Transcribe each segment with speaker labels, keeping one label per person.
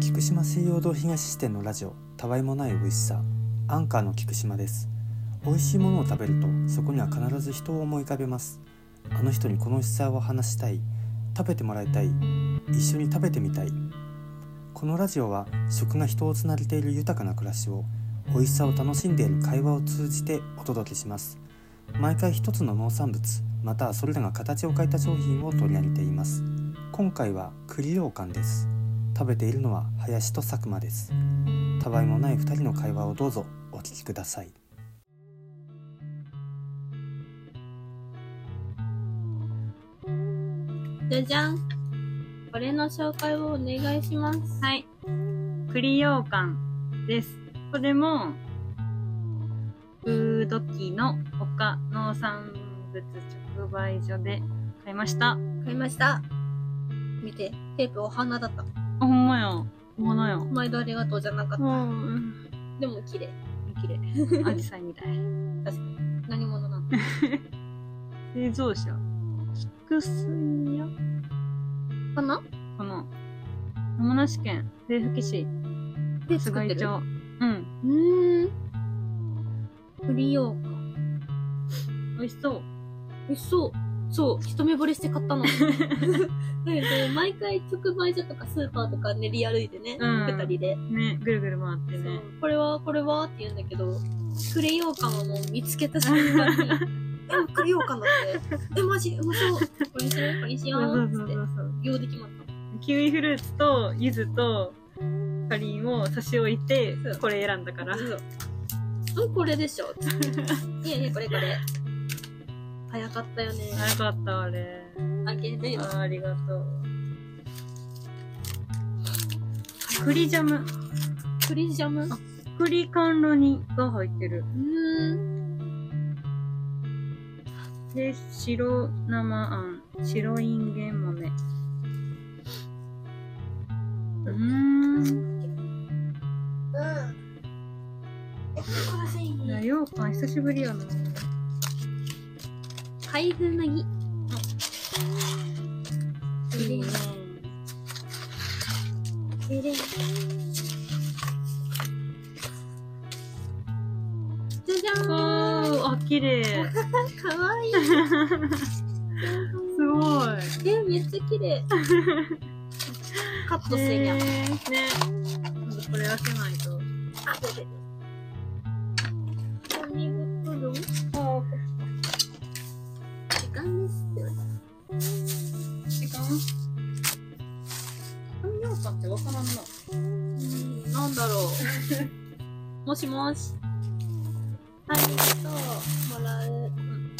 Speaker 1: 菊島西洋堂東支店のラジオたわいもない美味しさアンカーの菊島です美味しいものを食べるとそこには必ず人を思い浮かべますあの人にこの美味しさを話したい食べてもらいたい一緒に食べてみたいこのラジオは食が人をつなげている豊かな暮らしを美味しさを楽しんでいる会話を通じてお届けします毎回一つの農産物またはそれらが形を変えた商品を取り上げています今回は栗羊羹です食べているのは林と佐久間ですたわいもない二人の会話をどうぞお聞きください
Speaker 2: じゃじゃん。これの紹介をお願いします。
Speaker 3: はい。栗羊羹です。これも、うーどきの丘農産物直売所で買いました。
Speaker 2: 買いました。見て、テープお花だった。
Speaker 3: あ、ほんまよ。ほんまよ。
Speaker 2: 毎度ありがとうじゃなかった。
Speaker 3: うん。
Speaker 2: でも綺麗。綺麗。
Speaker 3: アジサイみたい。
Speaker 2: 確かに。何者なの
Speaker 3: 製造者。菊水屋
Speaker 2: かな
Speaker 3: この、山梨県笛吹市
Speaker 2: で作って
Speaker 3: 菅井
Speaker 2: る。
Speaker 3: 町。うん。
Speaker 2: うーん。栗ようか。
Speaker 3: 美味しそう。
Speaker 2: 美味しそう。そう、一目惚れして買 ったの。 なんかこう毎回直売所とかスーパーとか練り歩いてね、
Speaker 3: うん
Speaker 2: 二人で。
Speaker 3: ね、ぐるぐる回って
Speaker 2: そう
Speaker 3: ね。
Speaker 2: これはこれはって言うんだけど栗ようかんはもう見つけた瞬間に「え栗ようかんだってえマジうまそうこれにしようこれにしよ
Speaker 3: そうそうう」
Speaker 2: っ
Speaker 3: そ
Speaker 2: つっ
Speaker 3: う
Speaker 2: て
Speaker 3: そうそう。
Speaker 2: 行で決まっ
Speaker 3: キウイフルーツと柚子とかりんを差し置いて
Speaker 2: そう
Speaker 3: これ選んだから
Speaker 2: たうんこれでしょ」つって「いやいやこれこれ」早かったよね
Speaker 3: あよかったあれ
Speaker 2: あげるよ
Speaker 3: あーありがとう栗ジャム
Speaker 2: 栗ジャム
Speaker 3: あ栗甘露煮が入ってる
Speaker 2: うーん
Speaker 3: で白生あん白いんげん豆うーんラヨウパン久しぶりやな
Speaker 2: 開封の儀きれいきれいじゃじゃ
Speaker 3: お
Speaker 2: ーん
Speaker 3: ーあ綺麗す
Speaker 2: かわいい
Speaker 3: ごい
Speaker 2: え、めっちゃ綺麗。カットせりゃ。
Speaker 3: ねこれ開けないと
Speaker 2: 紙袋時
Speaker 3: あ
Speaker 2: 間です
Speaker 3: 時間紙ようかんってわからんな
Speaker 2: よ。うん、なんだろ う。もしもし。ありがとう。もらう。うん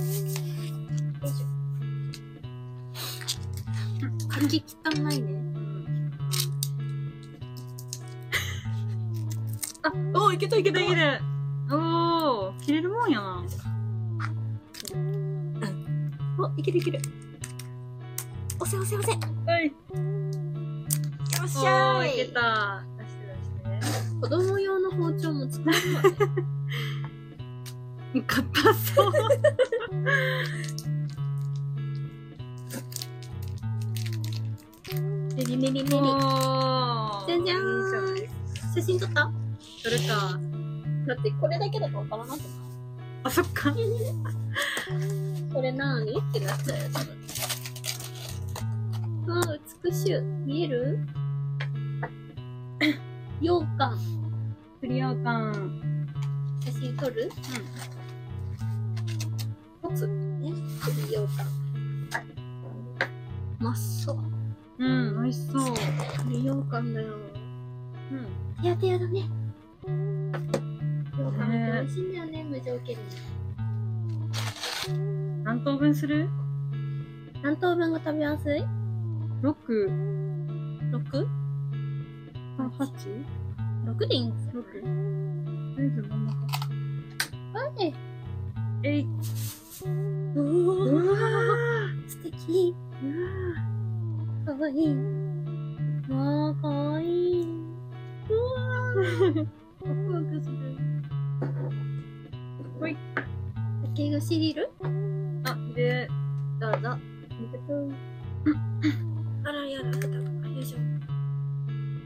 Speaker 2: よいしょかき汚いね。あ、おお、いけたいけ
Speaker 3: できるおお切れるもんやな
Speaker 2: お、いけるいける。押せ押せ押せ。よ
Speaker 3: はい
Speaker 2: っし
Speaker 3: お
Speaker 2: ゃ
Speaker 3: ー
Speaker 2: ー
Speaker 3: いけた出して出して
Speaker 2: 子供用の包丁も使うわね。
Speaker 3: 硬そう
Speaker 2: メリメリメリ。
Speaker 3: お
Speaker 2: じゃじゃーん
Speaker 3: いいじゃん
Speaker 2: 写真撮っただ
Speaker 3: それか
Speaker 2: ってこれだけだとわからなくない
Speaker 3: あそっか
Speaker 2: これなーにってなっちゃうやつわあ、美しい。見える 羊羹。
Speaker 3: 栗ようかん
Speaker 2: 写真撮るうん。つ。ね。栗羊羹。まっそう。
Speaker 3: うん美味しそう
Speaker 2: 栗羊羹だよ。
Speaker 3: うん
Speaker 2: テヤテヤだね。羊羹って美味しいんだよね、無条件に。
Speaker 3: 何等分する
Speaker 2: 何等分が食べやすい
Speaker 3: 六
Speaker 2: ?6?6
Speaker 3: あ八
Speaker 2: でいいんですよ。
Speaker 3: 六とりあえず真ん中
Speaker 2: はい。
Speaker 3: えい。
Speaker 2: うわ
Speaker 3: うわ
Speaker 2: 素敵。かわいい。わあ、かわいい。うわーワクワクする。
Speaker 3: ほい。
Speaker 2: 竹串リル
Speaker 3: あ、で、
Speaker 2: どうぞ。ありがとう。あらやようなかったあよいしょ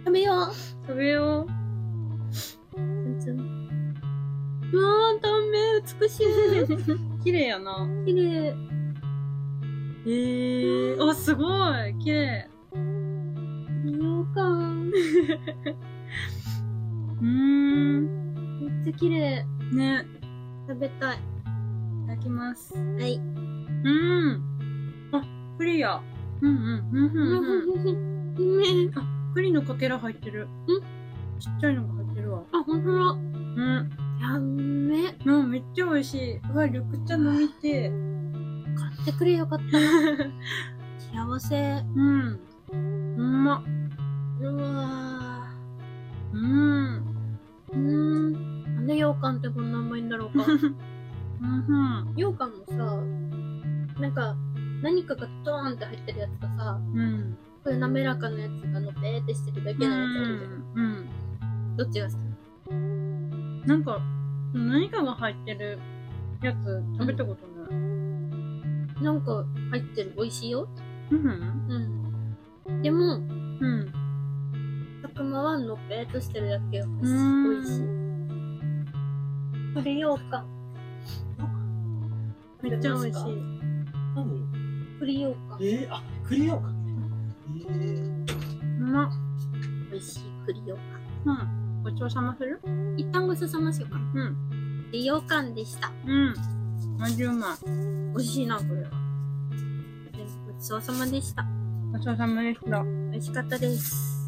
Speaker 2: 食べよう
Speaker 3: 食べよう。
Speaker 2: うわー断面美しい
Speaker 3: 綺麗やな。
Speaker 2: 綺麗
Speaker 3: えー、あ、すごい綺麗。
Speaker 2: 見ようか
Speaker 3: うーん。
Speaker 2: めっちゃ綺麗
Speaker 3: ね。
Speaker 2: 食べたい
Speaker 3: いただきます。う
Speaker 2: はい
Speaker 3: ーん。あ、プリや。うんうん。うんうんうん。
Speaker 2: うん
Speaker 3: あ、栗のかけら入ってる。んちっちゃいのが入ってるわ。
Speaker 2: あほんとだ
Speaker 3: うん。
Speaker 2: やんめ
Speaker 3: うん、めっちゃ美味しい。うわ、緑茶飲みてえ。
Speaker 2: 買ってくれよかった幸せ
Speaker 3: うん。うまっ。
Speaker 2: うわ
Speaker 3: うん。
Speaker 2: ーうーんなんで羊羹ってこんな甘いんだろ うか
Speaker 3: うん
Speaker 2: 羊羹もさなんか何かがドーンって入ってるやつとさ
Speaker 3: うん。うん。
Speaker 2: こういう滑らかなやつがのべーってしてるだけのやつあるじゃん
Speaker 3: うん。
Speaker 2: どっちが好き
Speaker 3: なんか、何かが入ってるやつ食べたことない。
Speaker 2: なんか入ってる美味しいよ
Speaker 3: うん。
Speaker 2: うんでも
Speaker 3: うん。
Speaker 2: たくまはのっぺーっとしてるだけが美
Speaker 3: うん
Speaker 2: 味しいこれ羊羹
Speaker 3: めっちゃ美味しい。
Speaker 4: 何
Speaker 2: 栗羊羹
Speaker 4: えー、あ、栗ようかね。えー、
Speaker 3: うまっ。
Speaker 2: 美味しい栗羊羹
Speaker 3: うん。ごちそうさまする
Speaker 2: 一旦ごちそうさましようか
Speaker 3: うん。
Speaker 2: で羊羹でした
Speaker 3: うん。味うまい。
Speaker 2: 美味しいなこれはでもごちそうさまでした
Speaker 3: ごちそうさまでした。
Speaker 2: 美味しかったです